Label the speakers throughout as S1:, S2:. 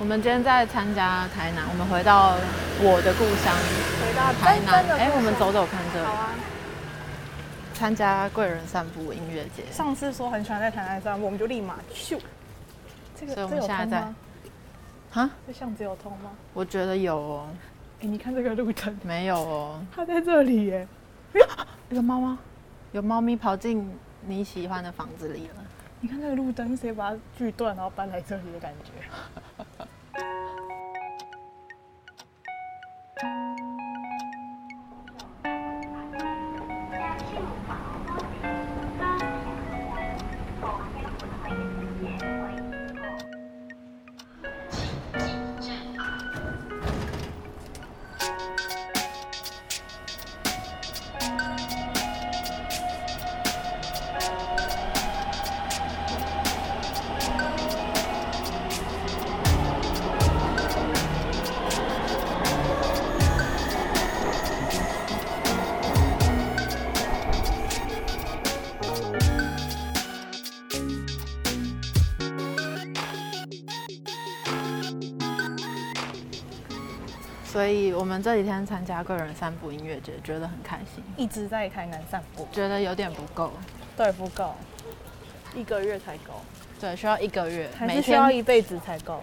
S1: 我们今天在参加台南，我们回到我的故乡
S2: 回到
S1: 台
S2: 真
S1: 南
S2: 真。的。
S1: 哎、我们走。走看这里
S2: 好，啊。
S1: 参加贵人散步音乐节。
S2: 上次说很喜欢在台南散步，我们就立马咻。这个
S1: 所以我
S2: 这
S1: 们
S2: 有
S1: 现在
S2: 通
S1: 在
S2: 吗？
S1: 哈，
S2: 这巷子有通吗？
S1: 我觉得有哦，
S2: 哎，你看这个路灯，
S1: 没有哦？
S2: 它在这里耶。
S1: 有猫
S2: 啊
S1: 吗？有猫咪跑进你喜欢的房子里了。
S2: 你看这个路灯，谁把它锯断，然后搬来这里的感觉？
S1: 所以我们这几天参加贵人散步音乐节，觉得很开心，
S2: 一直在台南散步，
S1: 觉得有点不够，
S2: 对，不够，一个月才够，
S1: 对，需要一个月，
S2: 还
S1: 每
S2: 是需要
S1: 天
S2: 一辈子才够？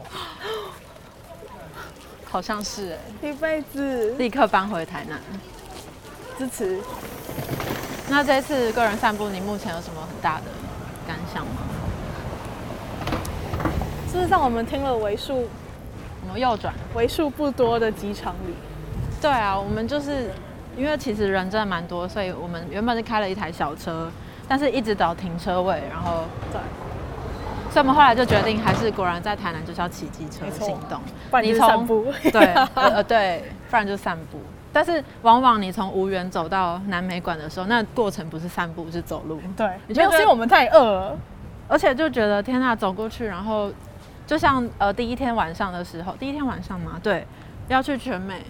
S1: 好像是哎，
S2: 一辈子
S1: 立刻搬回台南。
S2: 支持。
S1: 那这次个人散步，你目前有什么很大的感想吗？
S2: 事实上，我们听了为数
S1: 我们右转。
S2: 为数不多的几场里，
S1: 对啊，我们就是因为其实人真的蛮多，所以我们原本是开了一台小车，但是一直找停车位，然后
S2: 对，
S1: 所以我们后来就决定，还是果然在台南就是要骑机车
S2: 没错
S1: 行动。
S2: 不然就
S1: 你
S2: 是
S1: 从
S2: 散步。
S1: 对，呃呃对，不然就散步。但是往往你从无缘走到南美馆的时候，那过程不是散步，是走路，
S2: 对，
S1: 你
S2: 没
S1: 就
S2: 有，
S1: 觉得
S2: 是因为我们太饿了。
S1: 而且就觉得天呐，走过去，然后就像呃第一天晚上的时候，第一天晚上嘛，对，要去全美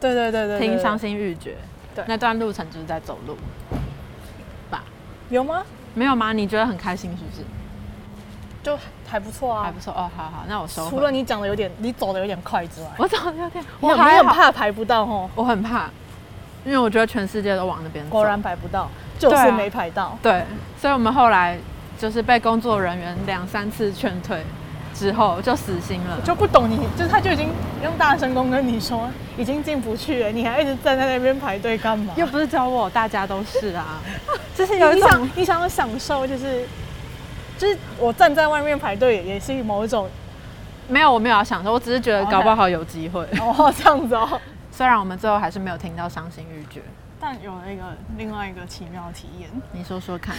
S2: 对对对对对，
S1: 听伤
S2: 对
S1: 心欲绝，
S2: 对
S1: 那段路程就是在走路，
S2: 有吗？
S1: 没有吗？你觉得很开心是不是？
S2: 就还不错
S1: 还
S2: 啊
S1: 不。错哦，好好，那我收
S2: 除
S1: 回。
S2: 了你讲的有点，你走的有点快之外，
S1: 我走的有点，我
S2: 你很
S1: 还
S2: 你很
S1: 好，
S2: 怕排不到哦。
S1: 我很怕，因为我觉得全世界都往那边走。
S2: 果然排不到，就是
S1: 对啊
S2: 没排到。
S1: 对，所以我们后来就是被工作人员两三次劝退之后就死心了。
S2: 就不懂你，就是他就已经用大声公跟你说已经进不去了，你还一直站在那边排队干嘛？
S1: 又不是只有我，大家都是 啊，就是有
S2: 你
S1: 一
S2: 你
S1: 种
S2: 想你想要享受，就是就是我站在外面排队也是某一种
S1: 没有，我没有要享受，我只是觉得搞不好有机会。
S2: 哦 这样子哦，
S1: 虽然我们最后还是没有听到伤心欲绝，
S2: 但有了一个另外一个奇妙体验，
S1: 你说说 看，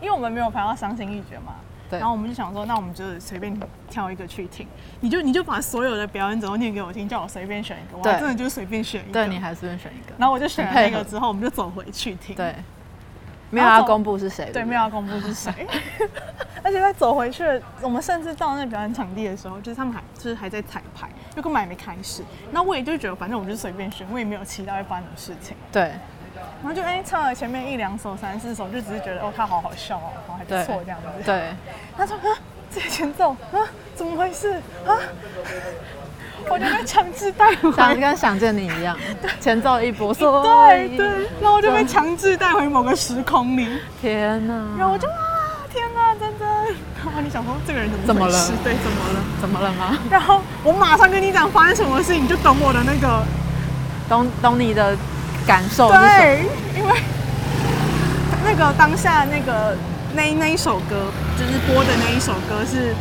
S2: 因为我们没有排到伤心欲绝嘛。
S1: 对
S2: 然后我们就想说，那我们就是随便挑一个去听，你就你就把所有的表演者都念给我听，叫我随便选一个，我还
S1: 对
S2: 真的就随便选一个。
S1: 对你还随便选一个，
S2: 然后我就选了那
S1: 很配合
S2: 个之后，我们就走回去听。
S1: 对，没有要公布是谁，
S2: 对，
S1: 不
S2: 没有要公布是 谁。而且在走回去的，我们甚至到那个表演场地的时候，就是他们还就是还在彩排，就根本还没开始。那我也就觉得，反正我们就随便选，我也没有期待会发生什么事情。
S1: 对
S2: 然后就哎、唱了前面一两首、三四首，就只是觉得哦，他好好笑哦，好还不错这样子。
S1: 对，
S2: 他说啊，这个前奏啊，怎么回事啊？ 我就被强制带回
S1: 想跟想见你一样，前奏一波，哎所以
S2: 对对，然后我就被强制带回某个时空里。
S1: 天哪，
S2: 然后我就啊，天啊，真真！然后你想说这个人怎么
S1: 怎么
S2: 回事
S1: 了
S2: 对，怎么了？
S1: 怎么了吗？
S2: 然后我马上跟你讲发生什么事，你就懂我的那个
S1: 懂懂你的感受是什么？
S2: 对，因为那个当下那个那那一首歌，就是播的那一首歌是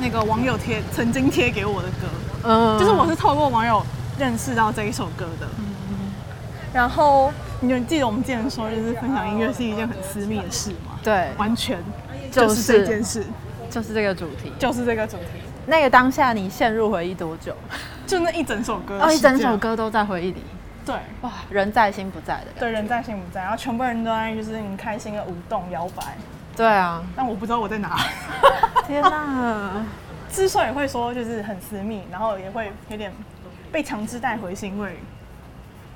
S2: 那个网友贴曾经贴给我的歌，
S1: 嗯，
S2: 就是我是透过网友认识到这一首歌的。然后你们记得我们之前说，就是分享音乐是一件很私密的事吗？
S1: 对，
S2: 完全
S1: 就
S2: 就是这
S1: 是
S2: 件事，
S1: 就是这个主题。
S2: 就是这个主题。
S1: 那个当下你陷入回忆多久？
S2: 就那一整首歌，
S1: 哦，一整首，歌都在回忆里，
S2: 对
S1: 哇，人在心不在的感觉。
S2: 对，人在心不在，然后全部人都在就是很开心的舞动摇摆，
S1: 对啊，
S2: 但我不知道我在哪。
S1: 天 哪！
S2: 之所以会说就是很私密，然后也会有点被强制带回，是因为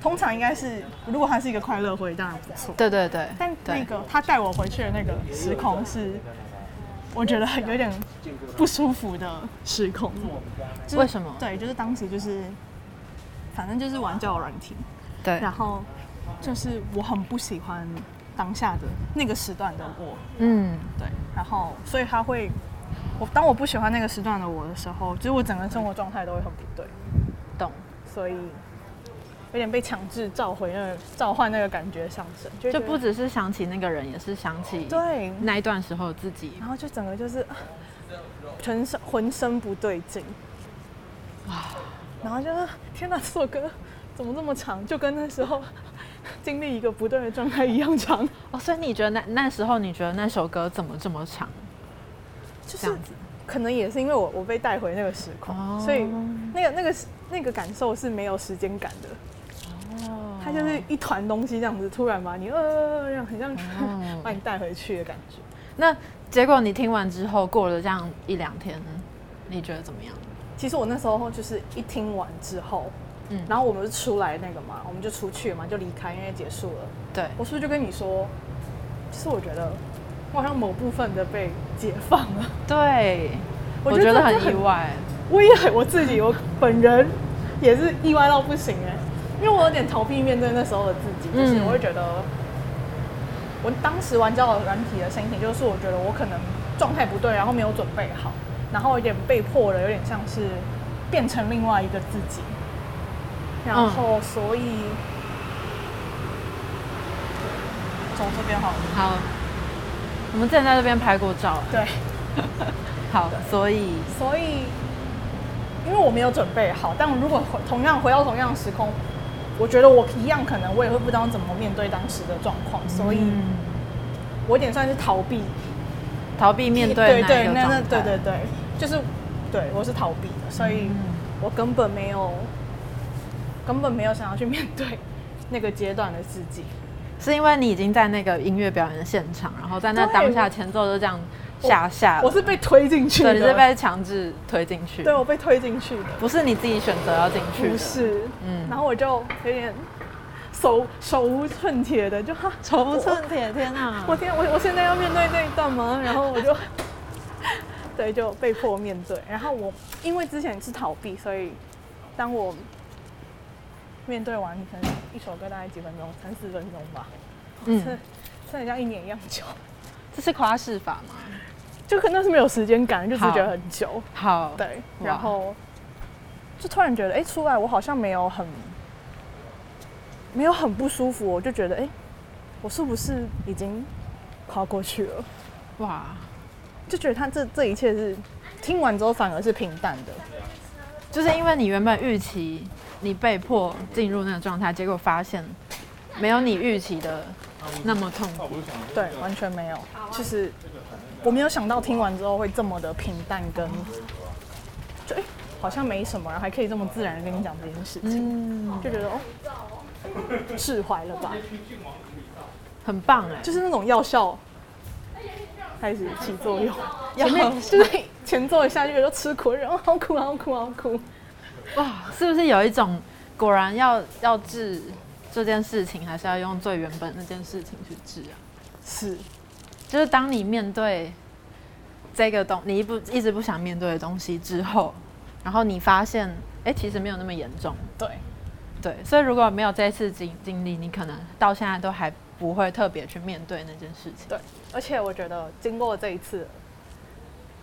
S2: 通常应该是如果它是一个快乐回忆，当然不错。
S1: 对对对，
S2: 但那
S1: 对
S2: 个他带我回去的那个时空是我觉得有点不舒服的失控。就是
S1: 为什么
S2: 对，就是当时就是，反正就是玩交友软体，
S1: 对
S2: 然后就是我很不喜欢当下的那个时段的我，
S1: 嗯，
S2: 对，然后所以他会，我当我不喜欢那个时段的我的时候，就是我整个生活状态都会很不对，
S1: 懂。
S2: 所以有点被强制召回那个召唤那个感觉上身，就会
S1: 就
S2: 觉得
S1: 不只是想起那个人，也是想起
S2: 对，
S1: 那一段时候自己。
S2: 然后就整个就是 啊全身浑身不对劲，哇，然后就是 天哪，这首歌怎么这么长？就跟那时候 经历一个不对的状态一样长，
S1: 哦，所以你觉得那那时候你觉得那首歌怎么这么长？
S2: 就
S1: 这
S2: 是
S1: 样子
S2: 可能也是因为我我被带回那个时空，
S1: 哦
S2: 所以那个那个时那个感受是没有时间感的，
S1: 哦，
S2: 它就是一团东西这样子，突然把你呃，这样很像
S1: 哦
S2: 把你带回去的感觉。
S1: 那结果你听完之后，过了这样一两天，你觉得怎么样？
S2: 其实我那时候就是一听完之后，
S1: 嗯
S2: 然后我们就出来那个嘛，我们就出去嘛，就离开，因为结束了。
S1: 对，
S2: 我是不是就跟你说，其实我觉得我好像某部分的被解放了。
S1: 对，
S2: 我
S1: 我
S2: 觉
S1: 觉
S2: 得
S1: 得
S2: 这
S1: 很
S2: 这很
S1: 意外。
S2: 我也很我自己，我本人也是意外到不行哎、因为我有点逃避面对那时候的自己，就是
S1: 嗯
S2: 我会觉得，我当时玩交友软体的心情就是，我觉得我可能状态不对，然后没有准备好，然后有点被迫的，有点像是变成另外一个自己，然后所以。从这边好了，
S1: 好，我们之前在这边拍过照啊。
S2: 对，
S1: 好，所以
S2: 所以，因为我没有准备好，但如果回同样回到同样的时空，我觉得我一样可能我也会不知道怎么面对当时的状况，所以
S1: 嗯
S2: 我有点算是逃避
S1: 逃避面对
S2: 对
S1: 那
S2: 对
S1: 一个
S2: 那
S1: 状
S2: 那
S1: 态。
S2: 对对对，就是对我是逃避的，所以我根本没有根本没有想要去面对那个阶段的自己。
S1: 是因为你已经在那个音乐表演的现场，然后在那
S2: 对
S1: 当下前奏就这样
S2: 我
S1: 下下了
S2: 我是被推进去的，
S1: 啊对，你是被强制推进去，
S2: 对我被推进去的，
S1: 不是你自己选择要进去的，
S2: 不是，
S1: 嗯
S2: 然后我就有点手手无寸铁的，就哈
S1: 手无寸铁，天哪！
S2: 我天，我我现在要面对那一段吗？然后 我就，对，就被迫面对。然后我因为之前是逃避，所以当我面对完可能一首歌大概几分钟，三四分钟吧，真的
S1: 嗯，
S2: 真的像一年一样久，
S1: 这是夸饰法吗？
S2: 就可能是没有时间感，就只是
S1: 好
S2: 觉得很久。
S1: 好，
S2: 对，
S1: 哇
S2: 然后就突然觉得，哎、出来我好像没有很没有很不舒服，我就觉得，哎、我是不是已经跨过去了？
S1: 哇，
S2: 就觉得他这这一切是听完之后反而是平淡的，
S1: 就是因为你原本预期你被迫进入那个状态，结果发现没有你预期的那么痛苦，
S2: 对，完全没有，就是我没有想到听完之后会这么的平淡跟，就哎、好像没什么，然后还可以这么自然的跟你讲这件事情，
S1: 嗯，
S2: 就觉得哦释怀了吧，
S1: 很棒哎，
S2: 就是那种药效开始起作用，
S1: 药
S2: 前面就是前奏一下就觉得吃苦，然后好苦好苦好苦，
S1: 哇，是不是有一种果然要要治这件事情，还是要用最原本那件事情去治啊？
S2: 是
S1: 就是当你面对这个东，你一不一直不想面对的东西之后，然后你发现，哎、其实没有那么严重，
S2: 对，
S1: 对，所以如果没有这一次经经历，你可能到现在都还不会特别去面对那件事情。
S2: 对，而且我觉得经过这一次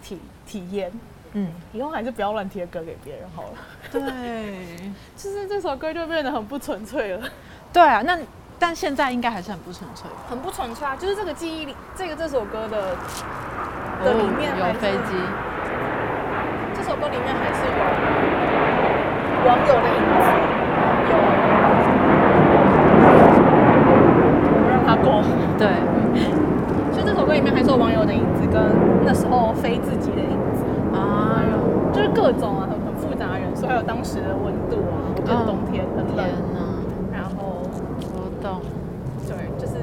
S2: 体体验，
S1: 嗯，
S2: 以后还是不要乱贴歌给别人好了。
S1: 对，
S2: 就是这首歌就变得很不纯粹了，
S1: 对啊，那但现在应该还是很不纯粹吧。
S2: 很不纯粹啊！就是这个记忆里，这个这首歌的的里面还
S1: 有
S2: 是
S1: 飞机，
S2: 这首歌里面还是有网友的影子，有我让它过。
S1: 对，
S2: 就这首歌里面还是有网友的影子，跟那时候非自己的影子，
S1: 啊，
S2: 就是各种啊，很很复杂的元素，还有当时的温度啊，我觉得冬天很
S1: 天
S2: 冷，
S1: 哪，
S2: 然后。
S1: 我懂。
S2: 对，就是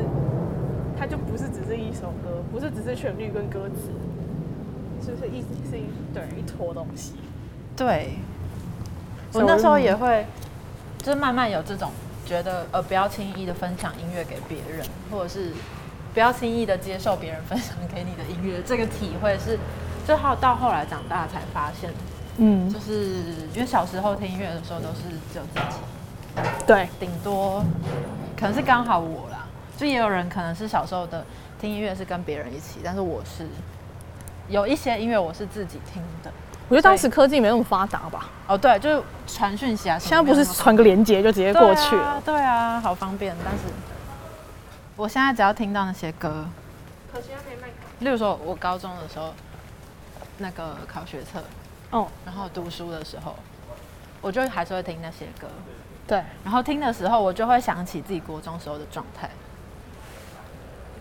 S2: 它就不是只是一首歌，不是只是旋律跟歌词，就是一是一对一坨东西。
S1: 对，
S2: 所
S1: 我
S2: 以
S1: 那
S2: 我
S1: 时候
S2: 就
S1: 也会，就是慢慢有这种觉得，呃，不要轻易的分享音乐给别人，或者是不要轻易的接受别人分享给你的音乐，这个体会是，就后到后来长大才发现，
S2: 嗯，
S1: 就是因为小时候听音乐的时候都是只有自己，
S2: 对，
S1: 顶多可能是刚好我啦，就也有人可能是小时候的听音乐是跟别人一起，但是我是有一些音乐我是自己听的。
S2: 我觉得当时科技没那么发达吧，
S1: 哦，对，就是传讯息啊什么的，
S2: 现在不是传个链接就直接
S1: 对啊
S2: 过去了，
S1: 对啊，好方便。但是我现在只要听到那些歌，
S3: 可惜他没卖卡。
S1: 例如说我高中的时候那个考学测，
S2: 哦，
S1: 然后读书的时候，我就还是会听那些歌，
S2: 对，
S1: 然后听的时候我就会想起自己国中时候的状态。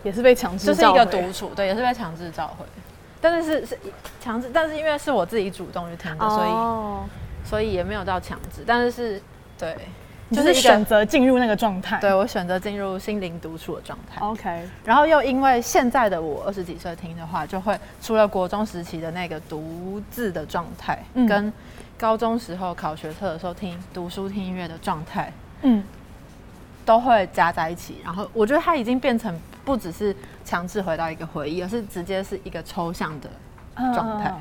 S2: 也是被强制
S1: 就是
S2: 召
S1: 一
S2: 回
S1: 个独处，对，也是被强制召回。但是是是强制，但是因为是我自己主动去听的，所
S2: 哦，
S1: 以所以也没有到强制，但是是对，
S2: 你
S1: 就
S2: 就是是
S1: 一个
S2: 选择进入那个状态，嗯
S1: 对我选择进入心灵独处的状态。
S2: ，OK，
S1: 然后又因为现在的我二十几岁听的话，就会除了国中时期的那个独自的状态，
S2: 嗯
S1: 跟高中时候考学测的时候听读书听音乐的状态，
S2: 嗯，
S1: 都会加在一起。然后我觉得它已经变成不只是强制回到一个回忆，而是直接是一个抽象的状态。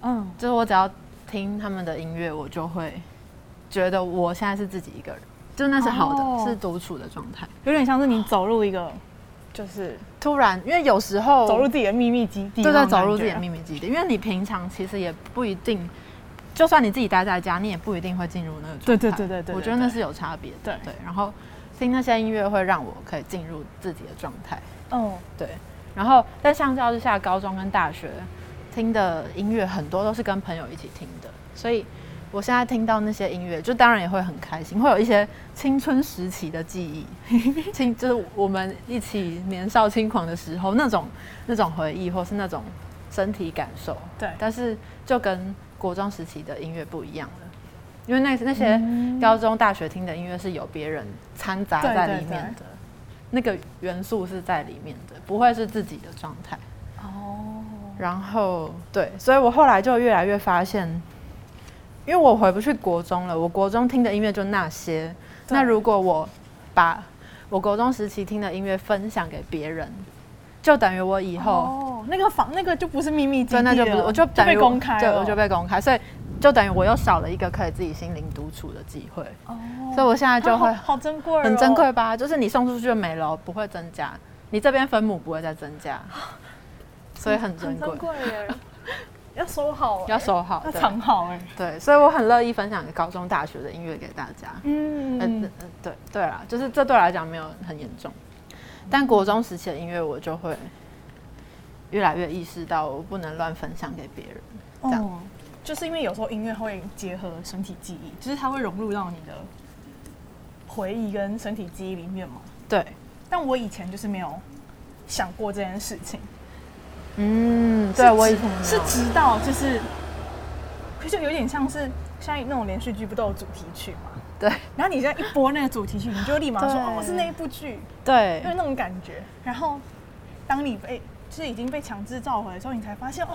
S2: 嗯，
S1: 就是我只要听他们的音乐，我就会觉得我现在是自己一个人，就那是好的，
S2: 哦
S1: 是独处的状态。
S2: 有点像是你走入一个，就是
S1: 突然，因为有时候
S2: 走入自己的秘密基地，
S1: 对对，走入自己的秘密基地，因为你平常其实也不一定，就算你自己待在家，你也不一定会进入那个状态。
S2: 对对对对对
S1: 我觉得
S2: 对
S1: 那
S2: 对
S1: 是有差别的。
S2: 对
S1: 对，然后听那些音乐会让我可以进入自己的状态。
S2: 哦，
S1: 对，然后但相较之下，高中跟大学听的音乐很多都是跟朋友一起听的，所以我现在听到那些音乐，就当然也会很开心，会有一些青春时期的记忆， 青就是我们一起年少轻狂的时候那种那种回忆，或是那种身体感受。
S2: 对
S1: 但是就跟国中时期的音乐不一样了。因为那那些
S2: 嗯
S1: 高中、大学听的音乐是有别人掺杂
S2: 对
S1: 在
S2: 对
S1: 里面的，
S2: 对
S1: 那个元素是在里面的，不会是自己的状态。
S2: 哦，
S1: 然后对，所以我后来就越来越发现，因为我回不去国中了，我国中听的音乐就那些。
S2: 对
S1: 那如果我把我国中时期听的音乐分享给别人，就等于我以后、
S2: 哦，那个房那个就不是秘密基
S1: 对，
S2: 地了，
S1: 那就不是，我就等于
S2: 被
S1: 我
S2: 公开
S1: 对，
S2: 了，
S1: 我就被公开，所以就等于我又少了一个可以自己心灵独处的机会，
S2: 哦，
S1: 所以我现在就会
S2: 啊好好珍贵，
S1: 很珍贵。吧？就是你送出去就没了，不会增加，你这边分母不会再增加，所以很珍
S2: 很
S1: 贵
S2: 珍，贵耶，要 收好欸，
S1: 要收好，
S2: 要
S1: 对
S2: 藏好哎。
S1: 对，所以我很乐意分享给高中、大学的音乐给大家。
S2: 嗯
S1: 嗯、呃，对对啦，就是这对我来讲没有很严重，但国中时期的音乐我就会越来越意识到我不能乱分享给别人。这样
S2: 哦，就是因为有时候音乐会结合身体记忆，就是它会融入到你的回忆跟身体记忆里面嘛。
S1: 对，
S2: 但我以前就是没有想过这件事情，
S1: 嗯，对
S2: 是
S1: 我
S2: 直
S1: 以前没有
S2: 是直到就是，就有点像是像那种连续剧不都有主题曲嘛？
S1: 对
S2: 然后你现在一播那个主题曲，你就立马说
S1: 对
S2: 哦是那一部剧，
S1: 对
S2: 就是那种感觉。然后当你被就是已经被强制召回的时候，你才发现哦，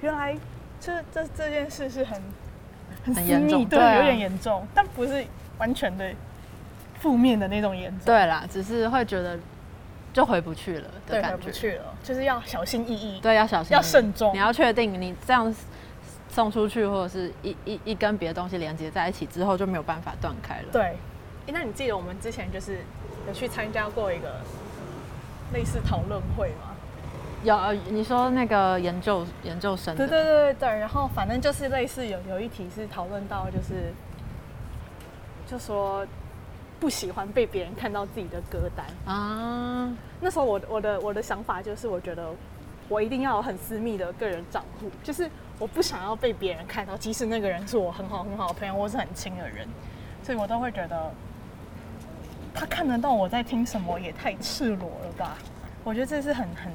S2: 原来这这这件事是很很
S1: 很
S2: 私
S1: 严
S2: 密
S1: 重
S2: 对，
S1: 对啊
S2: 有点严重，但不是完全的负面的那种严重，
S1: 对啦，只是会觉得就回不去了的
S2: 对，
S1: 感
S2: 回
S1: 觉。
S2: 不去了，就是要小心翼翼。
S1: 对，要小心，
S2: 要慎重
S1: 你要确定你这样送出去，或者是一一一跟别的东西连接在一起之后，就没有办法断开了。
S2: 对，诶那你记得我们之前就是有去参加过一个类似讨论会吗？
S1: 有呃你说那个研究研究生的，
S2: 对对对对对，然后反正就是类似有有一题是讨论到就是，就说不喜欢被别人看到自己的歌单。
S1: 啊，
S2: 那时候我的我的我的想法就是，我觉得我一定要有很私密的个人账户，就是我不想要被别人看到，即使那个人是我很好很好的朋友，或是很亲的人，所以我都会觉得他看得到我在听什么，也太赤裸了吧？我觉得这是很很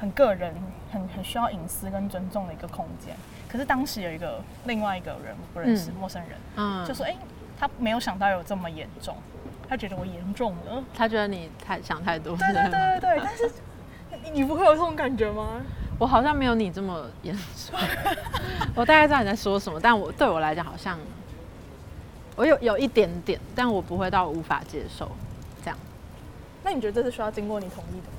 S2: 很个人、很很需要隐私跟尊重的一个空间。可是当时有一个另外一个人不认识、
S1: 嗯
S2: 陌生人，
S1: 嗯，
S2: 就说：“哎、他没有想到有这么严重，他觉得我严重了。”
S1: 他觉得你太想太多，
S2: 对对对对 对，但是你你不会有这种感觉吗？
S1: 我好像没有你这么严肃， 我大概知道你在说什么，但我对我来讲好像我有有一点点，但我不会到无法接受这样。
S2: 那你觉得这是需要经过你同意的吗？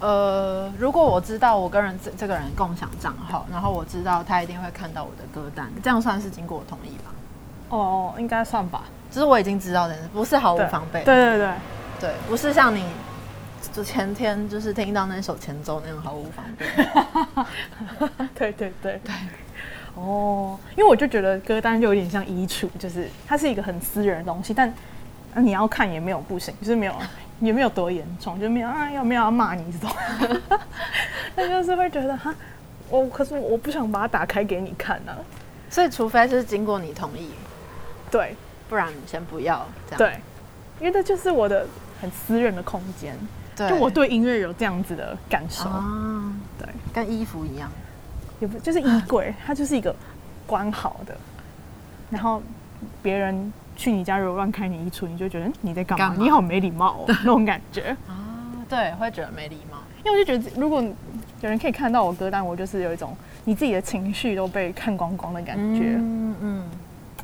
S1: 呃，如果我知道我跟人这这个人共享账号，然后我知道他一定会看到我的歌单，这样算是经过我同意吧？
S2: 哦，应该算吧。
S1: 就是我已经知道的，不是毫无
S2: 对
S1: 哦防备，
S2: 对对 对，
S1: 对不是像你就前天就是听到那首前奏那样毫无防备。
S2: 对对对对。哦，因为我就觉得歌单就有点像衣橱，就是它是一个很私人的东西，但啊你要看也没有不行，就是没有也没有多严重，就没有啊要没有要骂你这种， 但就是会觉得哈，我可是我不想把它打开给你看啊。
S1: 所以，除非是经过你同意，
S2: 对
S1: 不然先不要这样。
S2: 对，因为这就是我的很私人的空间，
S1: 对，
S2: 就我对音乐有这样子的感受，
S1: 啊，
S2: 对，
S1: 跟衣服一样，
S2: 也不就是衣
S1: 啊
S2: 柜，它就是一个关好的，然后别人去你家如果乱开你衣橱，你就觉得嗯你在干嘛？
S1: 干嘛
S2: 你好没礼貌哦，那种感 觉。
S1: 啊，对，会觉得没礼貌。
S2: 因为我就觉得，如果有人可以看到我歌单，我就是有一种你自己的情绪都被看光光的感觉。
S1: 嗯嗯，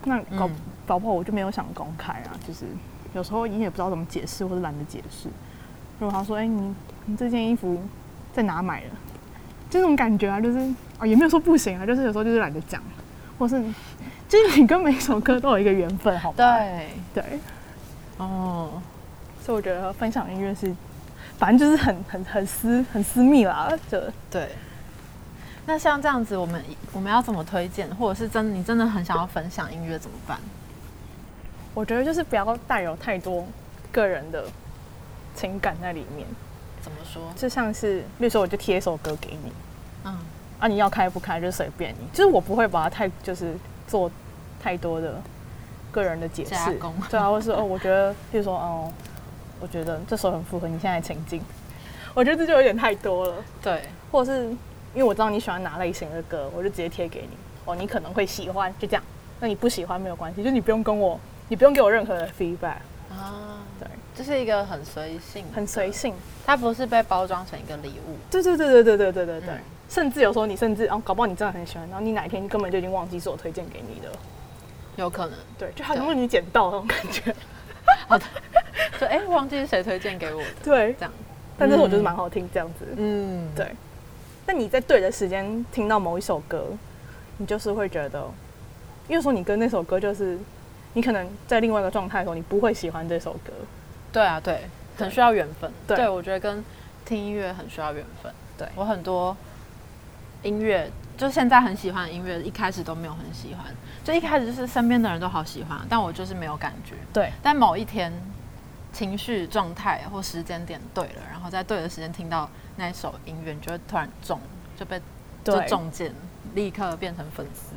S2: 那搞
S1: 嗯
S2: 搞不好我就没有想公开啊，就是有时候你也不知道怎么解释，或者懒得解释。如果他说：“哎、你你这件衣服在哪买的？”这种感觉啊，就是哦，也没有说不行啊，就是有时候就是懒得讲，或是就是你跟每首歌都有一个缘分，好吗？
S1: 对，
S2: 对，
S1: 哦，
S2: 所以我觉得分享音乐是，反正就是很很很私很私密啦，就
S1: 对。那像这样子，我们我们要怎么推荐，或者是真你真的很想要分享音乐怎么办？
S2: 我觉得就是不要带有太多个人的情感在里面，
S1: 怎么说？
S2: 就像是，例如说我就贴一首歌给你，
S1: 嗯，
S2: 啊，你要开不开就随便你，就是我不会把它太就是做太多的个人的解
S1: 加
S2: 释
S1: 工，
S2: 对啊，或是哦，我觉得，比如说哦，我觉得这首很符合你现在的情境，我觉得这就有点太多了，
S1: 对，
S2: 或者是因为我知道你喜欢哪类型的歌，我就直接贴给你，哦，你可能会喜欢，就这样，那你不喜欢没有关系，就你不用跟我，你不用给我任何的 feedback，
S1: 啊，
S2: 对，
S1: 这是一个很随性，
S2: 很随性。
S1: 它不是被包装成一个礼物。
S2: 对对对对对对对对对，
S1: 嗯
S2: 甚至有时候你甚至哦，搞不好你真的很喜欢，然后你哪一天根本就已经忘记是我推荐给你的了，
S1: 有可能，
S2: 对，就好像你捡到那种感觉，
S1: 就哎、忘记是谁推荐给我的，
S2: 对
S1: 这，样。
S2: 但这首就是蛮好听这样子，
S1: 嗯，
S2: 对。那你在对的时间听到某一首歌，你就是会觉得，因为说你跟那首歌就是，你可能在另外一个状态的时候，你不会喜欢这首歌，
S1: 对啊，对，
S2: 对
S1: 很需要缘分。
S2: 对
S1: 我觉得跟听音乐很需要缘分。
S2: 对
S1: 我很多音乐，就现在很喜欢的音乐，一开始都没有很喜欢，就一开始就是身边的人都好喜欢，但我就是没有感觉。
S2: 对
S1: 但某一天，情绪状态或时间点对了，然后在对的时间听到那一首音乐，你就会突然中，就被就
S2: 对
S1: 中箭，立刻变成粉丝。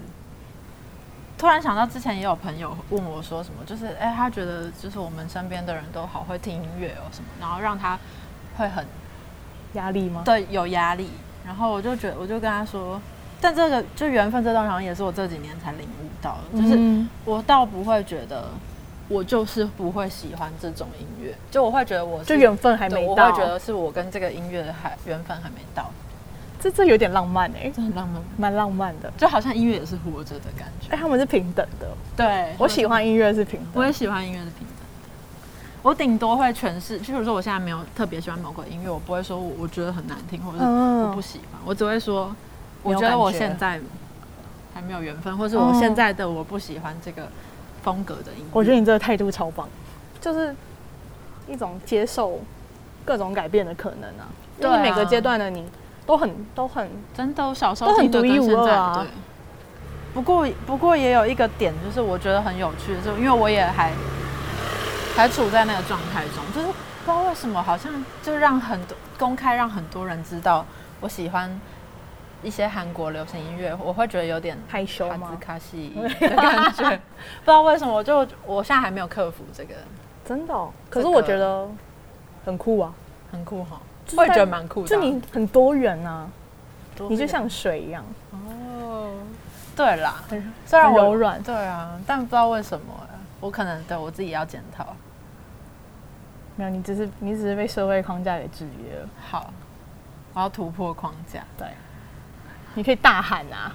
S1: 突然想到之前也有朋友问我说什么，就是哎、他觉得就是我们身边的人都好会听音乐哦什么，然后让他会很
S2: 压力吗？
S1: 对有压力，然后我就觉得我就跟他说，但这个就缘分这东西好像也是我这几年才领悟到的，就是
S2: 嗯
S1: 我倒不会觉得我就是不会喜欢这种音乐，就我会觉得我是
S2: 就缘分还
S1: 对
S2: 没
S1: 我
S2: 到，
S1: 会觉得是我跟这个音乐还缘分还没到，
S2: 这这有点浪漫哎、
S1: 这很浪漫，
S2: 蛮浪漫的。
S1: 就好像音乐也是活着的感
S2: 哎、
S1: 觉。
S2: 他们是平等的，
S1: 对，
S2: 我喜欢音乐是平等的，
S1: 我也喜欢音乐是平等的。我顶多会诠释，就比如说我现在没有特别喜欢某个音乐，我不会说我我觉得很难听，或者是
S2: 嗯
S1: 我不喜欢，我只会说
S2: 没
S1: 我
S2: 有
S1: 觉得我
S2: 感觉
S1: 现在还没有缘分，或是我
S2: 嗯
S1: 现在的我不喜欢这个风格的音乐。
S2: 我觉得你这个态度超棒，就是一种接受各种改变的可能啊。
S1: 对啊
S2: 就是每个阶段的你都很都很
S1: 真的，我小时候
S2: 都很
S1: 听的
S2: 独一
S1: 跟现
S2: 无二
S1: 在的
S2: 啊
S1: 对，不过不过也有一个点，就是我觉得很有趣的是，因为我也还还处在那个状态中，就是不知道为什么，好像就让很多公开让很多人知道我喜欢一些韩国流行音乐，我会觉得有 点
S2: 害羞
S1: 哈兹
S2: 吗？
S1: 卡西 的感觉，不知道为什么，我就我现在还没有克服这个，
S2: 真的哦、
S1: 这
S2: 可
S1: 个
S2: 是我觉得很酷啊，
S1: 很酷哈，
S2: 是
S1: 我也觉得
S2: 在
S1: 蛮酷的啊，
S2: 就你很多元啊，
S1: 多
S2: 你就
S1: 变
S2: 像水一样，
S1: 哦，对啦，
S2: 很
S1: 虽然
S2: 很
S1: 我
S2: 柔软
S1: 对啊，但不知道为什么欸，我可能对我自己要检讨。
S2: 没有你只是你只是被社会框架给制约了。
S1: 好，我要突破框 架。
S2: 对，你可以大喊啊，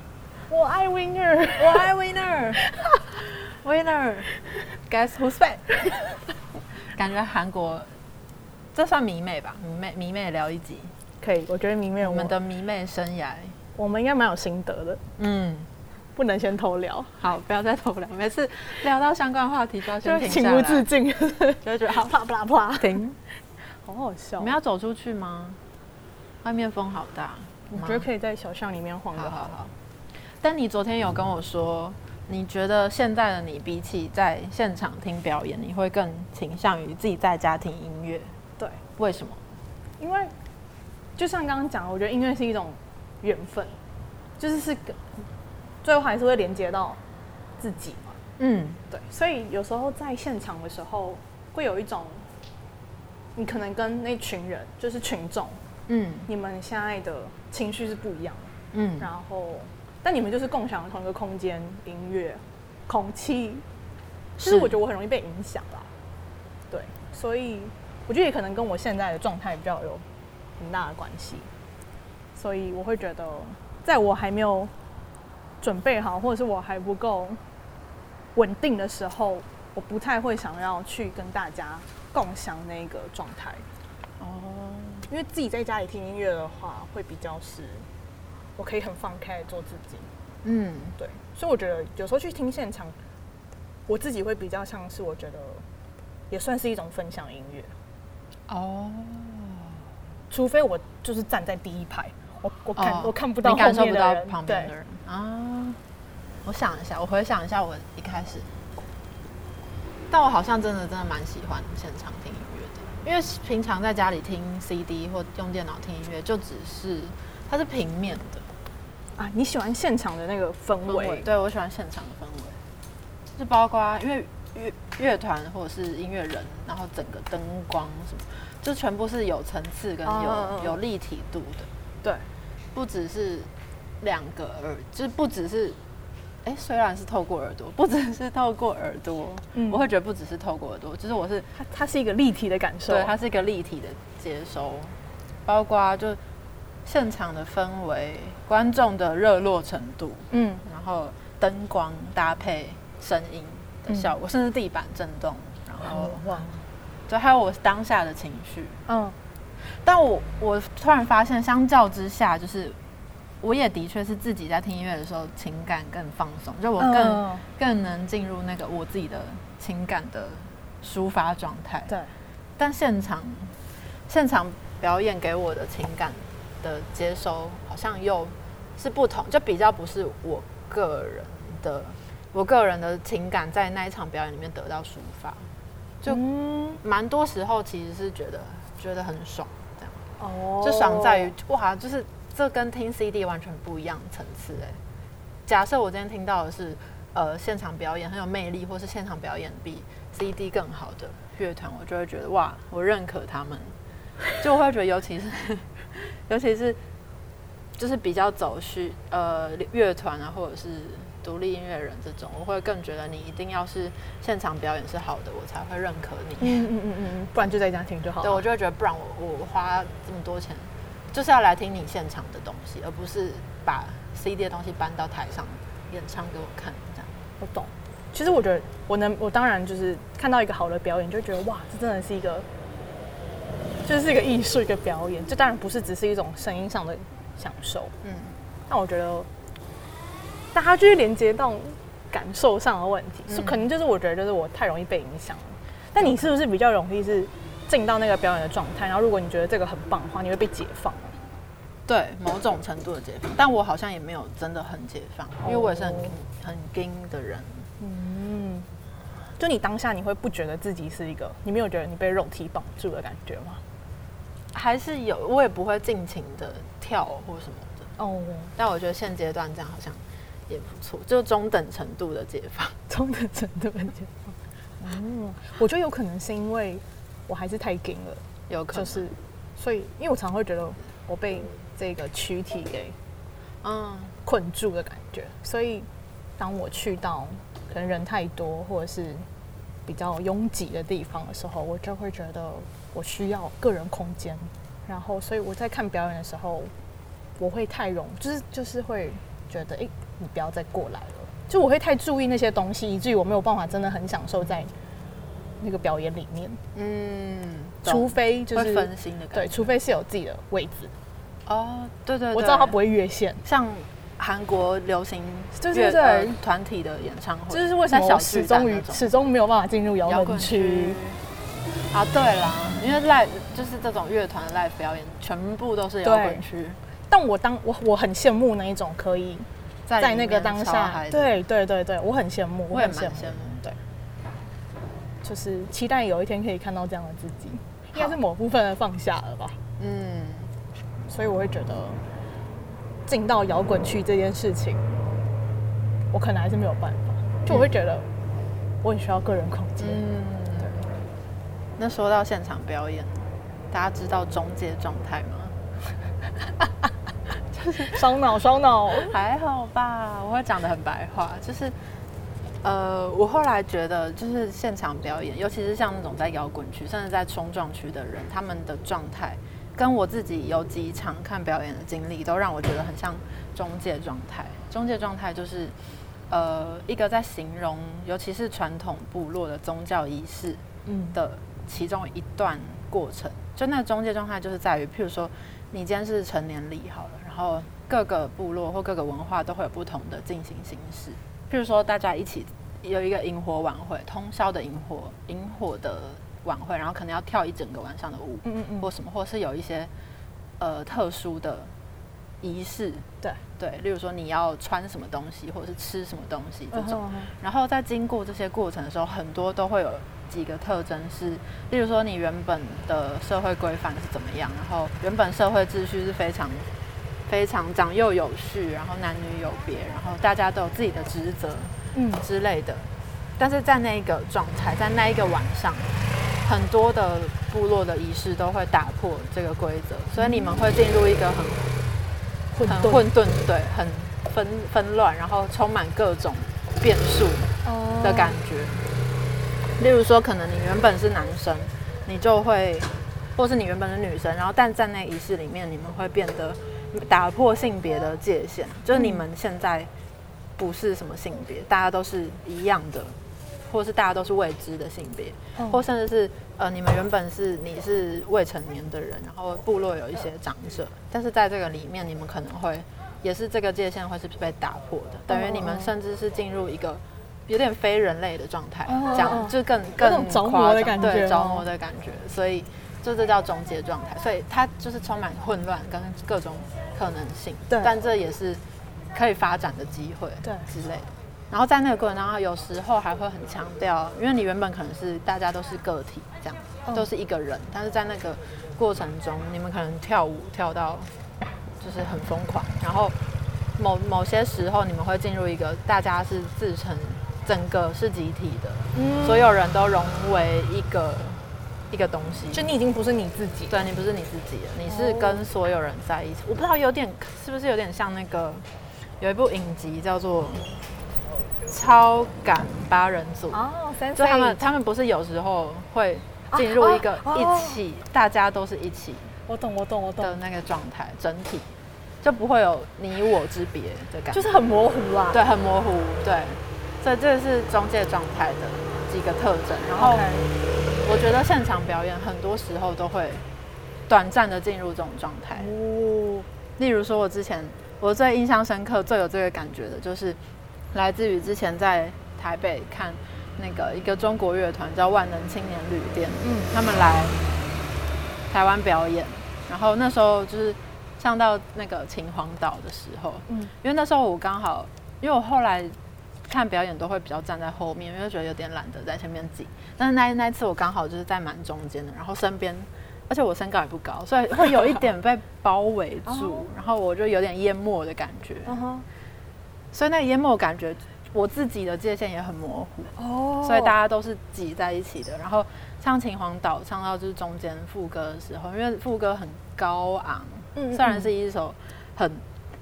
S2: 我爱 Winner，
S1: 我爱 winner，winner，guess who's back？感觉韩国这算迷妹吧？迷妹迷妹聊一集，
S2: 可以，我觉得迷妹
S1: 我
S2: 我
S1: 们
S2: 们
S1: 的迷妹生涯，
S2: 我们应该蛮有心得的，
S1: 嗯，
S2: 不能先偷聊，
S1: 好，不要再偷懒，每次聊到相关话题就要
S2: 就
S1: 先
S2: 是
S1: 停
S2: 情
S1: 下
S2: 不
S1: 来，
S2: 自禁，
S1: 就会觉得好
S2: 啪啪啪，
S1: 停。
S2: 好好笑
S1: 我们。要走出去吗？哦外面风好大，
S2: 我
S1: 我
S2: 觉得可以在小巷里面晃就
S1: 好
S2: 好
S1: 好
S2: 了。
S1: 好。但你昨天有跟我说，你觉得现在的你比起在现场听表演，你会更倾向于自己在家听音乐，
S2: 对，
S1: 为什么？
S2: 因为就像刚刚讲的，我觉得音乐是一种缘分，就是是个最后还是会连接到自己嘛。
S1: 嗯，
S2: 对，所以有时候在现场的时候，会有一种你可能跟那群人，就是群众，
S1: 嗯
S2: 你们现在的情绪是不一样的。
S1: 嗯
S2: 然后，但你们就是共享同一个空间、音乐、空气，就是
S1: 是
S2: 我觉得我很容易被影响啦。对，所以我觉得也可能跟我现在的状态比较有很大的关系。所以我会觉得，在我还没有准备好，或者是我还不够稳定的时候，我不太会想要去跟大家共享那个状态。
S1: 哦，
S2: 因为自己在家里听音乐的话，会比较是我可以很放开做自己。
S1: 嗯
S2: 对，所以我觉得有时候去听现场，我自己会比较像是我觉得也算是一种分享音乐，
S1: 哦，
S2: 除非我就是站在第一排，我我看、
S1: 哦
S2: 我看不到
S1: 你感
S2: 后
S1: 受不
S2: 面的
S1: 到
S2: 人
S1: 旁
S2: 对
S1: 边的人啊。我想一下，我回想一下我一开始，但我好像真的真的蛮喜欢现场听音乐的，因为平常在家里听 CD 或用电脑听音乐，就只是它是平面的
S2: 啊，你喜欢现场的那个氛
S1: 氛围，
S2: 围，
S1: 对我喜欢现场的氛围，就是包括因为乐乐团或者是音乐人，然后整个灯光什么，就全部是有层次跟有、
S2: 哦
S1: 有立体度的。
S2: 对，
S1: 不只是两个耳，就是不只是，哎、虽然是透过耳朵，不只是透过耳朵，
S2: 嗯
S1: 我会觉得不只是透过耳朵，就是我是
S2: 它它是一个立体的感受，
S1: 对它是一个立体的接收，包括就现场的氛围、观众的热络程度，
S2: 嗯
S1: 然后灯光搭配声音的效果，甚至地板震动，然后
S2: 哇，
S1: 对，还有我当下的情绪，
S2: 嗯
S1: 但我我突然发现，相较之下，就是我也的确是自己在听音乐的时候，情感更放松，就我更、
S2: 嗯
S1: 更能进入那个我自己的情感的抒发状态。
S2: 对，
S1: 但现场现场表演给我的情感的接收，好像又是不同，就比较不是我个人的我个人的情感在那一场表演里面得到抒发，就
S2: 嗯
S1: 蛮多时候其实是觉得觉得很爽这样。
S2: 哦
S1: 就爽在于哇，就是这跟听 CD 完全不一样层次哎。假设我今天听到的是呃现场表演很有魅力，或是现场表演比 CD 更好的乐团，我就会觉得哇，我认可他们，就我会觉得尤其是 尤其是就是比较走虚呃乐团啊，或者是独立音乐人这种，我会更觉得你一定要是现场表演是好的，我才会认可你。
S2: 嗯嗯嗯嗯，不然就在家听就好
S1: 对，我
S2: 了，
S1: 就会觉得，不然我我花这么多钱，就是要来听你现场的东西，而不是把 CD 的东西搬到台上演唱给我看，这样。
S2: 我懂。其实我觉得我能，我当然就是看到一个好的表演，就觉得哇，这真的是一个，就是一个艺术，一个表演。这当然不是只是一种声音上的享受，
S1: 嗯，
S2: 但我觉得大家就是连接到感受上的问题，是、可能就是我觉得就是我太容易被影响了。但你是不是比较容易是进到那个表演的状态？然后如果你觉得这个很棒的话，你会被解放。
S1: 对，某种程度的解放，但我好像也没有真的很解放，因为我也是很
S2: 哦
S1: 很硬的人。
S2: 嗯，就你当下你会不觉得自己是一个，你没有觉得你被肉体绑住的感觉吗？
S1: 还是有，我也不会尽情的跳或什么的，
S2: 哦，
S1: 但我觉得现阶段这样好像也不错，就中等程度的解放。
S2: 中等程度的解放。哦， 我觉得有可能是因为我还是太硬了，
S1: 有可
S2: 就
S1: 能，
S2: 是，所以因为我常会觉得我被这个躯体给
S1: 嗯，
S2: 困住的感觉，所以当我去到可能人太多或者是比较拥挤的地方的时候，我就会觉得我需要个人空间，然后所以我在看表演的时候，我会太容，就是就是会觉得，诶，你不要再过来了，就我会太注意那些东西，以至于我没有办法真的很享受在那个表演里面，
S1: 嗯，
S2: 除
S1: 懂
S2: 非就
S1: 会
S2: 是
S1: 分心的感
S2: 对，
S1: 觉。
S2: 除非是有自己的位置，
S1: 哦，对对对，
S2: 我知道它不会越线，
S1: 像韩国流行
S2: 对对
S1: 乐
S2: 对
S1: 呃团体的演唱会，
S2: 就是为什
S1: 在
S2: 么我
S1: 小
S2: 始
S1: 巨蛋
S2: 终
S1: 那
S2: 于
S1: 种
S2: 始终没有办法进入摇滚区。
S1: 啊，对啦，因为 live 就是这种乐团的 live 表演，全部都是摇滚区，
S2: 但我当我我很羡慕那一种可以
S1: 在
S2: 在
S1: 里
S2: 那
S1: 面
S2: 个当
S1: 烧
S2: 下
S1: 嗨，的，
S2: 对对对对，我很羡慕，
S1: 我也
S2: 很
S1: 蛮
S2: 羡
S1: 羡慕
S2: 慕，对，就是期待有一天可以看到这样的自己，应该
S1: 好
S2: 是某部分的放下了吧，
S1: 嗯，
S2: 所以我会觉得进到摇滚区这件事情，我可能还是没有办法，就我会觉得我很需要个人空间，
S1: 嗯，那说到现场表演，大家知道中介状态吗？
S2: 烧脑烧脑，
S1: 还好吧，我会讲的很白话，就是，呃，我后来觉得，就是现场表演，尤其是像那种在摇滚区，甚至在冲撞区的人，他们的状态，跟我自己有几场看表演的经历，都让我觉得很像中介状态。中介状态就是，呃，一个在形容，尤其是传统部落的宗教仪式，
S2: 嗯，
S1: 的其中一段过程。就那中介状态就是在于，譬如说，你今天是成年礼好了，然后各个部落或各个文化都会有不同的进行形式。譬如说，大家一起有一个萤火晚会，通宵的萤火萤火的晚会，然后可能要跳一整个晚上的舞，
S2: 嗯嗯嗯
S1: 或什么，或是有一些呃特殊的仪式。
S2: 对
S1: 对，例如说你要穿什么东西，或者是吃什么东西这
S2: 嗯哼
S1: 种。然后在经过这些过程的时候，很多都会有几个特征是，例如说你原本的社会规范是怎么样，然后原本社会秩序是非常非常长幼有序，然后男女有别，然后大家都有自己的职责
S2: 嗯
S1: 之类的。但是在那一个状态，在那一个晚上，很多的部落的仪式都会打破这个规则，所以你们会进入一个很
S2: 混
S1: 很
S2: 沌
S1: 混沌，对，很纷纷乱，然后充满各种变数。
S2: 哦
S1: 的感觉。例如说，可能你原本是男生，你就会，或是你原本是女生，然后但在那仪式里面，你们会变得打破性别的界限，就是你们现在不是什么性别，大家都是一样的，或是大家都是未知的性别，
S2: 嗯
S1: 或甚至是呃，你们原本是你是未成年的人，然后部落有一些长者，但是在这个里面，你们可能会也是这个界限会是被打破
S2: 哦
S1: 的，等于你们甚至是进入一个有点非人类的状态，
S2: 哦
S1: 这
S2: 哦
S1: 样就更
S2: 那
S1: 更
S2: 种着魔
S1: 夸张
S2: 的感觉
S1: 对，
S2: 吗
S1: 着魔的感觉，所以就这叫中介状态，所以它就是充满混乱跟各种可能性，
S2: 对
S1: 但这也是可以发展的机会，
S2: 对
S1: 之类的。然后在那个过程当中，有时候还会很强调，因为你原本可能是大家都是个体这样，
S2: 嗯
S1: 都是一个人，但是在那个过程中，你们可能跳舞跳到就是很疯狂，然后某某些时候你们会进入一个大家是自成整个是集体的，
S2: 嗯
S1: 所有人都融为一个一个东西，
S2: 就你已经不是你自己，哦
S1: 对你不是你自己了，你是跟所有人在一起。我不知道有点是不是有点像那个有一部影集叫做《超感八人组》，
S2: 哦，
S1: 就他们他们不是有时候会进入一个
S2: 哦哦
S1: 一起，大家都是一起
S2: 我懂，我懂，我
S1: 的
S2: 懂，
S1: 那个状态，整体就不会有你我之别的感觉，
S2: 就是很模糊啊啦。
S1: 对，很模糊，对。所以这是中介状态的几个特征，然后。我觉得现场表演很多时候都会短暂的进入这种状态。
S2: 哦，
S1: 例如说，我之前我最印象深刻、最有这个感觉的，就是来自于之前在台北看那个一个中国乐团叫万能青年旅店，
S2: 嗯
S1: 他们来台湾表演，然后那时候就是上到那个秦皇岛的时候，
S2: 嗯
S1: 因为那时候我刚好，因为我后来看表演都会比较站在后面，因为觉得有点懒得在前面挤。但是那一那一次我刚好就是在蛮中间的，然后身边，而且我身高也不高，所以会有一点被包围
S2: 哦
S1: 住，然后我就有点淹没的感觉。
S2: 嗯哼，
S1: 所以那个淹没感觉，我自己的界限也很模糊。
S2: 哦
S1: 所以大家都是挤在一起的。然后唱《秦皇岛》唱到就是中间副歌的时候，因为副歌很高昂，
S2: 嗯嗯
S1: 虽然是一首很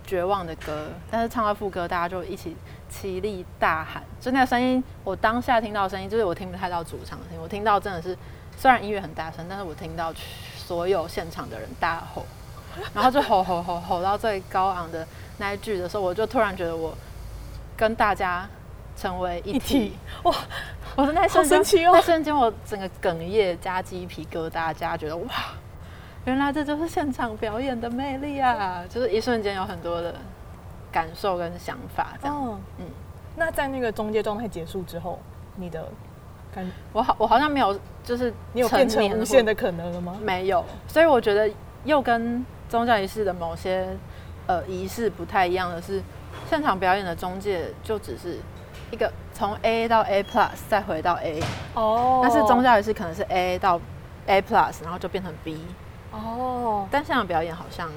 S1: 绝望的歌，但是唱到副歌，大家就一起齐力大喊，就那个声音，我当下听到的声音，就是我听不太到主唱的声音，我听到真的是虽然音乐很大声，但是我听到所有现场的人大吼。 然后就吼吼吼吼到最高昂的那一句的时候，我就突然觉得我跟大家成为一
S2: 一
S1: 体
S2: 体，哇，
S1: 我的那一瞬
S2: 好
S1: 间，
S2: 神奇哦
S1: 那瞬间我整个哽咽加鸡皮疙瘩加，觉得哇，原来这就是现场表演的魅力啊！ 就是一瞬间有很多的感受跟想法，这样。
S2: 哦，
S1: 嗯
S2: 嗯。那在那个中介状态结束之后，你的感，
S1: 我好，我好像没有，就是
S2: 你有变
S1: 成
S2: 成
S1: 年
S2: 无
S1: 或
S2: 限的可能了吗？
S1: 没有，所以我觉得又跟宗教仪式的某些呃仪式不太一样的是，现场表演的中介就只是一个从 A 到 A plus 再回到 A，、
S2: 哦
S1: 但是宗教仪式可能是 A 到 A plus，然后就变成 B，
S2: 哦，
S1: 但现场表演好像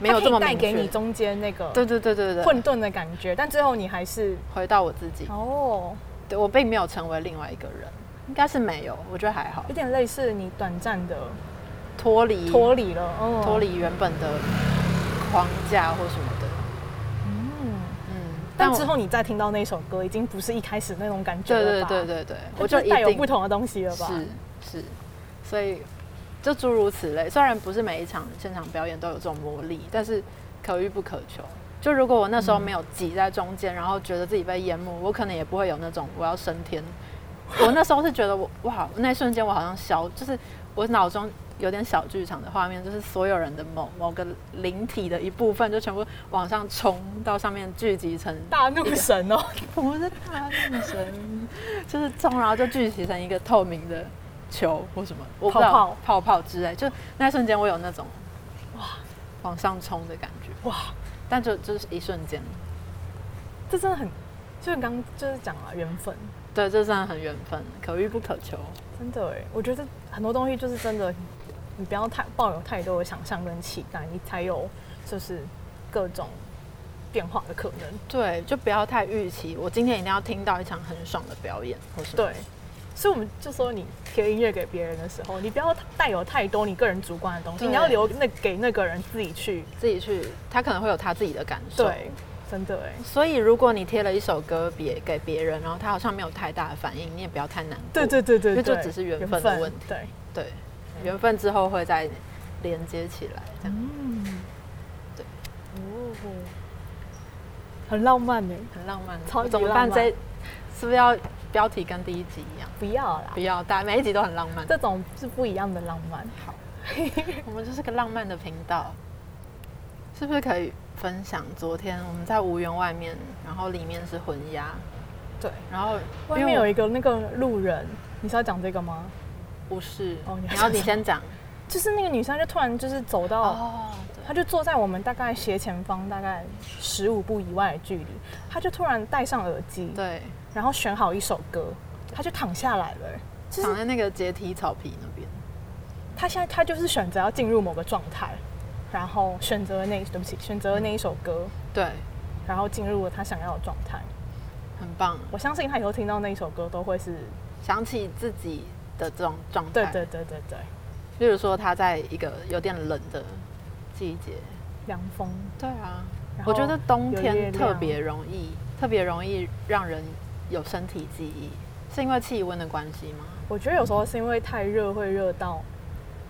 S1: 没有这么
S2: 它可以
S1: 明
S2: 带给你
S1: 确。
S2: 中间那个
S1: 对对对对对，
S2: 混沌的感觉，但最后你还是
S1: 回到我自己，
S2: 哦，
S1: 对我并没有成为另外一个人，应该是没有，我觉得还好
S2: 有，点类似你短暂的
S1: 脱离
S2: 脱离了，哦
S1: 脱，离原本的框架或什么的，
S2: 嗯。
S1: 嗯，
S2: 但
S1: 我
S2: 之后你再听到那首歌，已经不是一开始那种感觉
S1: 对
S2: 了
S1: 对
S2: 吧？
S1: 对对对，
S2: 它
S1: 我
S2: 就
S1: 就是一
S2: 带有
S1: 定
S2: 不同的东西了吧？
S1: 是是，所以就诸如此类。虽然不是每一场现场表演都有这种魔力，但是可遇不可求。就如果我那时候没有挤在中间，然后觉得自己被淹没，我可能也不会有那种我要升天。我那时候是觉得我哇，那一瞬间我好像小，就是我脑中有点小剧场的画面，就是所有人的某某个灵体的一部分就全部往上冲到上面聚集成
S2: 大怒 神哦，
S1: 不是大怒神，就是冲，然后就聚集成一个透明的球或什么，我不知道
S2: 泡泡
S1: 泡泡之类，就那一瞬间我有那种哇往上冲的感觉，
S2: 哇，
S1: 但就就是一瞬间，
S2: 这真的很，就是刚就是讲了缘分，
S1: 对，这真的很缘分，可遇不可求。
S2: 真的哎，我觉得很多东西就是真的，你不要太抱有太多的想象跟期待，你才有就是各种变化的可能。
S1: 对，就不要太预期，我今天一定要听到一场很爽的表演，或是
S2: 对，所以我们就说你贴音乐给别人的时候，你不要带有太多你个人主观的东西，
S1: 对
S2: 你要留那给那个人自己去。
S1: 自己去，他可能会有他自己的感受。
S2: 对，真的哎，
S1: 所以如果你贴了一首歌别给别人，然后他好像没有太大的反应，你也不要太难过。
S2: 对对对对，
S1: 因为就
S2: 对
S1: 只是缘分的问题
S2: 对，
S1: 对，缘分之后会再连接起来，这样
S2: 嗯，
S1: 对，
S2: 哦，很浪漫呢。
S1: 很浪漫。
S2: 超级
S1: 怎么
S2: 浪
S1: 办？
S2: 漫
S1: 这是不是要标题跟第一集一样？
S2: 不要啦
S1: 不，要，大每一集都很浪漫。
S2: 这种是不一样的浪漫。
S1: 我们就是个浪漫的频道，是不是可以分享昨天我们在无缘外面，然后里面是混鸭，
S2: 对，
S1: 然后
S2: 外
S1: 因
S2: 面
S1: 为
S2: 有
S1: 我
S2: 一个那个路人，你是要讲这个吗？
S1: 不是，
S2: 哦你要
S1: 然后你
S2: 讲
S1: 先讲
S2: 就是那个女生就突然就是走到，
S1: 哦，对
S2: 她就坐在我们大概斜前方大概十五步以外的距离，她就突然戴上耳机，
S1: 对，
S2: 然后选好一首歌，她就躺下来了欸。就是
S1: 躺在那个阶梯草皮那边，
S2: 她现在她就是选择要进入某个状态，然后选择了那对不起，选择了那一首歌，
S1: 对，
S2: 然后进入了她想要的状态。
S1: 很棒，
S2: 我相信她以后听到那一首歌都会是，
S1: 想起自己的这种状态，
S2: 对对对对对，
S1: 例如说，他在一个有点冷的季节，
S2: 凉风。
S1: 对啊，
S2: 然后
S1: 我觉得冬
S2: 有月
S1: 天
S2: 亮
S1: 特别容易，特别容易让人有身体记忆，是因为气温的关系吗？
S2: 我觉得有时候是因为太热会热到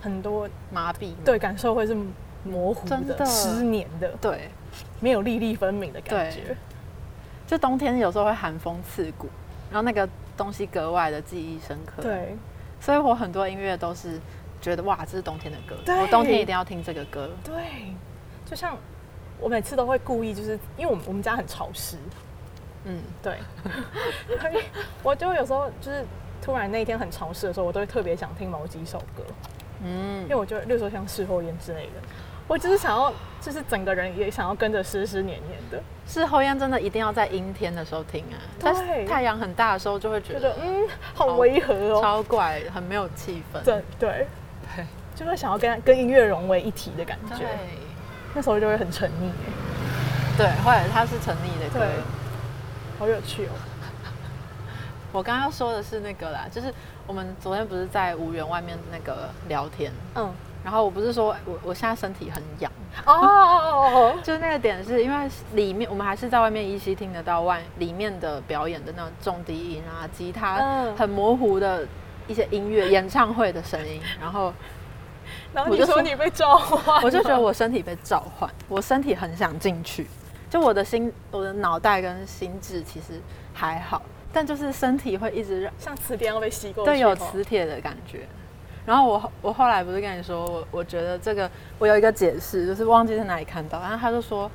S2: 很多
S1: 麻痹吗
S2: 对感受会是模糊
S1: 嗯真
S2: 的、
S1: 的
S2: 失黏的，
S1: 对，
S2: 没有粒粒分明的感觉
S1: 对。就冬天有时候会寒风刺骨，然后那个东西格外的记忆深刻。
S2: 对，，
S1: 所以我很多音乐都是觉得哇，这是冬天的歌，
S2: 对
S1: 我冬天一定要听这个歌。
S2: 对，就像我每次都会故意，就是因为我们我们家很潮湿，
S1: 嗯，
S2: 对，所以我就有时候就是突然那一天很潮湿的时候，我都会特别想听某几首歌，
S1: 嗯
S2: 因为，我就例如说像事后烟之类的，我就是想要，就是整个人也想要跟着湿湿黏黏的，
S1: 是后烟真的一定要在阴天的时候听啊，
S2: 对
S1: 但是太阳很大的时候就会觉
S2: 觉
S1: 得
S2: 得嗯好
S1: 超
S2: 违和哦，
S1: 超怪，很没有气氛。
S2: 对对，就会想要跟跟音乐融为一体的感觉
S1: 对，
S2: 那时候就会很沉溺耶，
S1: 对，后来它是成立的歌
S2: 对。好有趣哦。
S1: 我刚刚说的是那个啦，就是我们昨天不是在无缘外面那个聊天，
S2: 嗯，
S1: 然后我不是说我我现在身体很痒，
S2: 哦哦哦
S1: 就是那个点是因为里面我们还是在外面依稀听得到外里面的表演的那种重低音啊，吉他
S2: 嗯
S1: 很模糊的一些音乐演唱会的声音，然后
S2: 哦，然后
S1: 我
S2: 你
S1: 就
S2: 说
S1: 说
S2: 你被召唤，
S1: 我就觉得我身体被召唤，我身体很想进去，就我的心、我的脑袋跟心智其实还好，但就是身体会一直让
S2: 像磁铁要被吸过去，哦
S1: 对有，磁铁的感觉。然后我后我后来不是跟你说，我我觉得这个我有一个解释，就是忘记在哪里看到，然后他就说，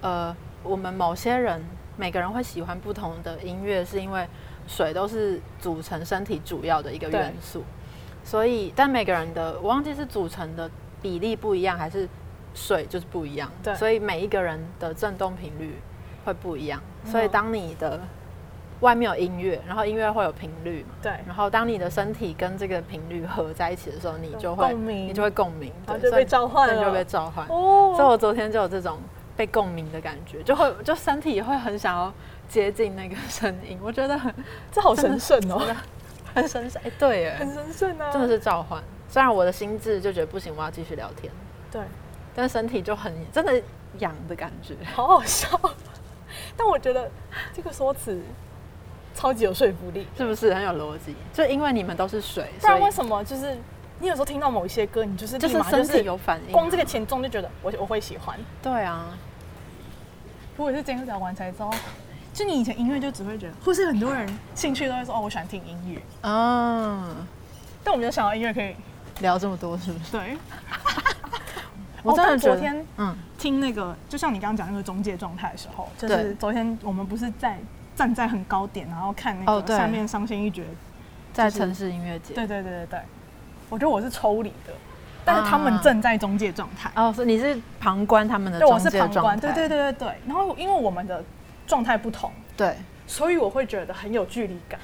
S1: 呃，我们某些人每个人会喜欢不同的音乐，是因为水都是组成身体主要的一个
S2: 对
S1: 元素，所以但每个人的我忘记是组成的比例不一样，还是水就是不一样，
S2: 对
S1: 所以每一个人的振动频率会不一样，所以
S2: 嗯
S1: 当你的外面有音乐，然后音乐会有频率嘛。
S2: 对，
S1: 然后当你的身体跟这个频率合在一起的时候，你就会
S2: 共鸣
S1: 你就会共鸣，对，
S2: 然后就
S1: 所以
S2: 被召唤
S1: 对你就
S2: 了
S1: 被召唤。
S2: 哦
S1: 所以我昨天就有这种被共鸣的感觉，就会就身体会很想要接近那个声音，我觉得很
S2: 这好神圣哦，
S1: 很神圣。哎，对耶，
S2: 很神圣啊，
S1: 真的是召唤。虽然我的心智就觉得不行，我要继续聊天，
S2: 对，
S1: 但身体就很真的痒的感觉。
S2: 好好笑。哦 但我觉得这个说辞超级有说服力，
S1: 是不是很有逻辑？就因为你们都是水，
S2: 不然
S1: 所
S2: 为
S1: 以
S2: 什么就是你有时候听到某一些歌，你就是
S1: 就
S2: 立
S1: 是
S2: 马就
S1: 身体
S2: 是
S1: 有反应啊？
S2: 光这个前奏就觉得我我会喜欢。
S1: 对啊，
S2: 如果是今天聊完才知道，就你以前音乐就只会觉得，或是很多人兴趣都会说哦，我喜欢听音乐，
S1: 嗯，
S2: 但我没有想到音乐可以
S1: 聊这么多是不是？
S2: 对。
S1: 我真的
S2: 哦但
S1: 觉得，
S2: 昨天
S1: 嗯，
S2: 听那个，就像你刚刚讲那个中介状态的时候，就
S1: 对
S2: 是昨天我们不是在站在很高点，然后看那
S1: 哦对
S2: 个上面伤心欲绝，
S1: 在城市音乐节，
S2: 对对对对对，我觉得我是抽离的，但是他
S1: 啊
S2: 们正在中介状态，
S1: 哦，所以你是旁观他们的
S2: 对，我
S1: 中
S2: 是
S1: 介
S2: 旁
S1: 状
S2: 观，
S1: 态，
S2: 对对对对对。然后因为我们的状态不同，
S1: 对
S2: 所以我会觉得很有距离感，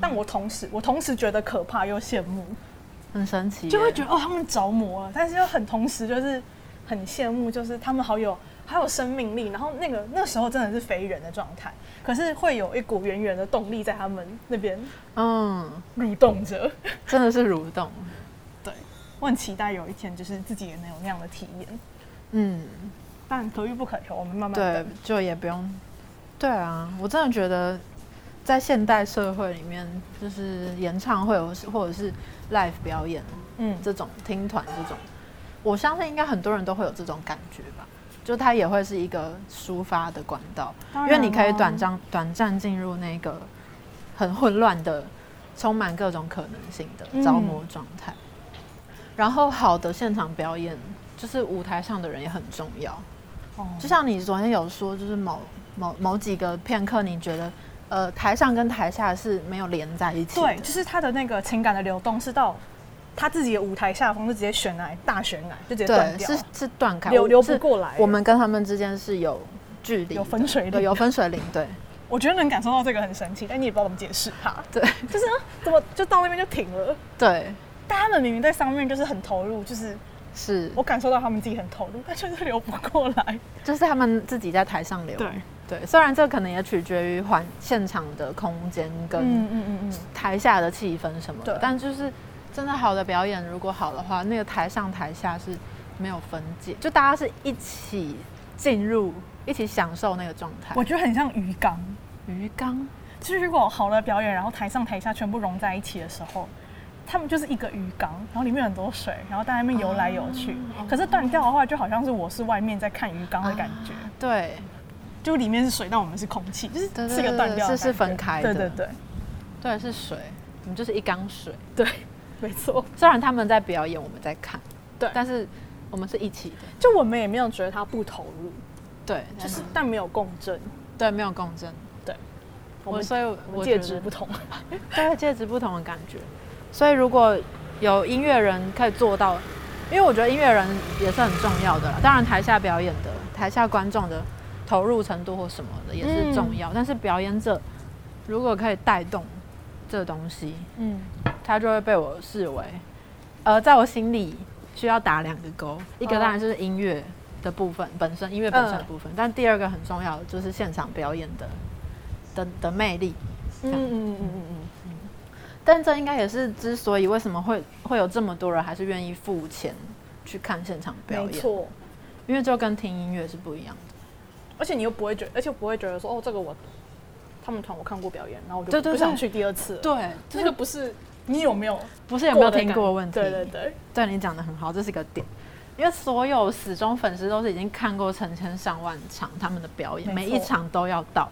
S2: 但我同时我同时觉得可怕又羡慕，
S1: 很神奇耶，
S2: 就会觉得哦他们着魔了，但是又很同时就是很羡慕，就是他们好有好有生命力，然后那个那时候真的是非人的状态，可是会有一股源源的动力在他们那边
S1: 嗯，
S2: 蠕动着。
S1: 真的是蠕动，
S2: 对，我很期待有一天就是自己也能有那样的体验，
S1: 嗯，
S2: 但可遇不可求，我们慢慢
S1: 对
S2: 等。，
S1: 就也不用，对啊，我真的觉得。在现代社会里面，就是演唱会或是或者是 live 表演
S2: 嗯，
S1: 这种听团这种，我相信应该很多人都会有这种感觉吧。就它也会是一个抒发的管道，
S2: 当
S1: 因
S2: 然
S1: 为你可以
S2: 啦
S1: 短暂短暂进入那个很混乱的、充满各种可能性的
S2: 嗯
S1: 着魔状态。然后，好的现场表演就是舞台上的人也很重要。
S2: 哦
S1: 就像你昨天有说，就是某某某几个片刻，你觉得呃台上跟台下是没有连在一起的。
S2: 对，就是他的那个情感的流动是到他自己的舞台下方就直接悬崖大悬崖，就直接断
S1: 对，
S2: 掉
S1: 是
S2: 了，
S1: 是断开，
S2: 流
S1: 我
S2: 流
S1: 是
S2: 不过来。
S1: 我们跟他们之间是有距离的，
S2: 有分水
S1: 对，
S2: 岭
S1: 有分水岭，对
S2: 我觉得能感受到这个很神奇，但你也不知道怎么解释它，
S1: 对
S2: 就是啊怎么就到那边就停了。
S1: 对，
S2: 但他们明明在上面就是很投入，就是
S1: 是，
S2: 我感受到他们自己很投入，但就是流不过来。
S1: 就是他们自己在台上流，对虽然这可能也取决于环现场的空间
S2: 嗯
S1: 跟
S2: 嗯嗯嗯，
S1: 台下的气氛什么的，
S2: 对
S1: 但就是真的好的表演，如果好的话，那个台上台下是没有分界，就大家是一起进入，一起享受那个状态。
S2: 我觉得很像鱼缸，
S1: 鱼缸，
S2: 就是如果好的表演，然后台上台下全部融在一起的时候。他们就是一个鱼缸，然后里面有很多水，然后在那边游来游去。可是断掉的话，就好像是我是外面在看鱼缸的感觉，
S1: 对，
S2: 就里面是水，但我们是空气，就是
S1: 对对
S2: 是一个断
S1: 对
S2: 掉的
S1: 对是是
S2: 感觉
S1: 分开的
S2: 对对对
S1: 对，是水，我们就是一缸水。
S2: 对，没错。
S1: 虽然他们在表演，我们在看，
S2: 对
S1: 但是我们是一起的，
S2: 就我们也没有觉得他不投入，
S1: 对，
S2: 就是但没有共振，
S1: 对，没有共振。我
S2: 我们
S1: 所以
S2: 我
S1: 我
S2: 们
S1: 觉
S2: 介
S1: 得
S2: 质不同。
S1: 对介质不同的感觉。所以如果有音乐人可以做到，因为我觉得音乐人也是很重要的啦。当然台下表演的、台下观众的投入程度或什么的也是重要，但是表演者如果可以带动这东西，
S2: 嗯，
S1: 他就会被我视为，呃，在我心里需要打两个勾，一个
S2: 哦
S1: 当然就是音乐的部分本身，音乐本身的部分，但第二个很重要的就是现场表演的的的魅力。
S2: 嗯嗯嗯嗯嗯，
S1: 但这应该也是之所以为什么会会有这么多人还是愿意付钱去看现场表
S2: 没
S1: 演，
S2: 错。
S1: 因为就跟听音乐是不一样的。
S2: 而且你又不会觉而且不会觉得说哦，这个我他们团我看过表演，然后我就
S1: 对对
S2: 不
S1: 对
S2: 想去第二次了。
S1: 对，
S2: 那个不是你有没 有
S1: 不是有没有
S2: 的
S1: 听
S2: 感
S1: 过的问题？
S2: 对对对，
S1: 对你讲的很好，这是个点。因为所有死忠粉丝都是已经看过成千上万场他们的表演，每
S2: 没错
S1: 一场都要到，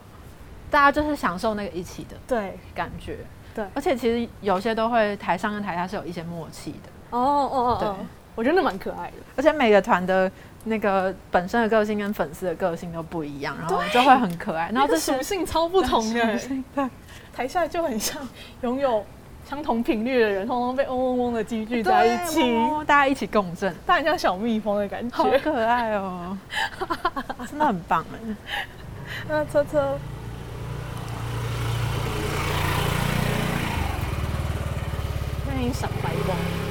S1: 大家就是享受那个一起的
S2: 对
S1: 感觉。
S2: 对
S1: 而且其实有些都会台上跟台下是有一些默契的，
S2: 哦哦哦
S1: 对
S2: 哦，我觉得那蛮可爱的。
S1: 而且每个团的那个本身的个性跟粉丝的个性都不一样，然后就会很可爱。然后
S2: 那
S1: 这
S2: 个
S1: 是
S2: 属性超不同的，
S1: 对
S2: 台下就很像拥有相同频率的人，通通被嗡嗡嗡的积聚
S1: 对
S2: 在一起，
S1: 哦大家一起共振，
S2: 它很像小蜜蜂的感
S1: 好
S2: 觉。
S1: 可爱哦， 真的很棒哎。
S2: 那车车，欢迎赏白光。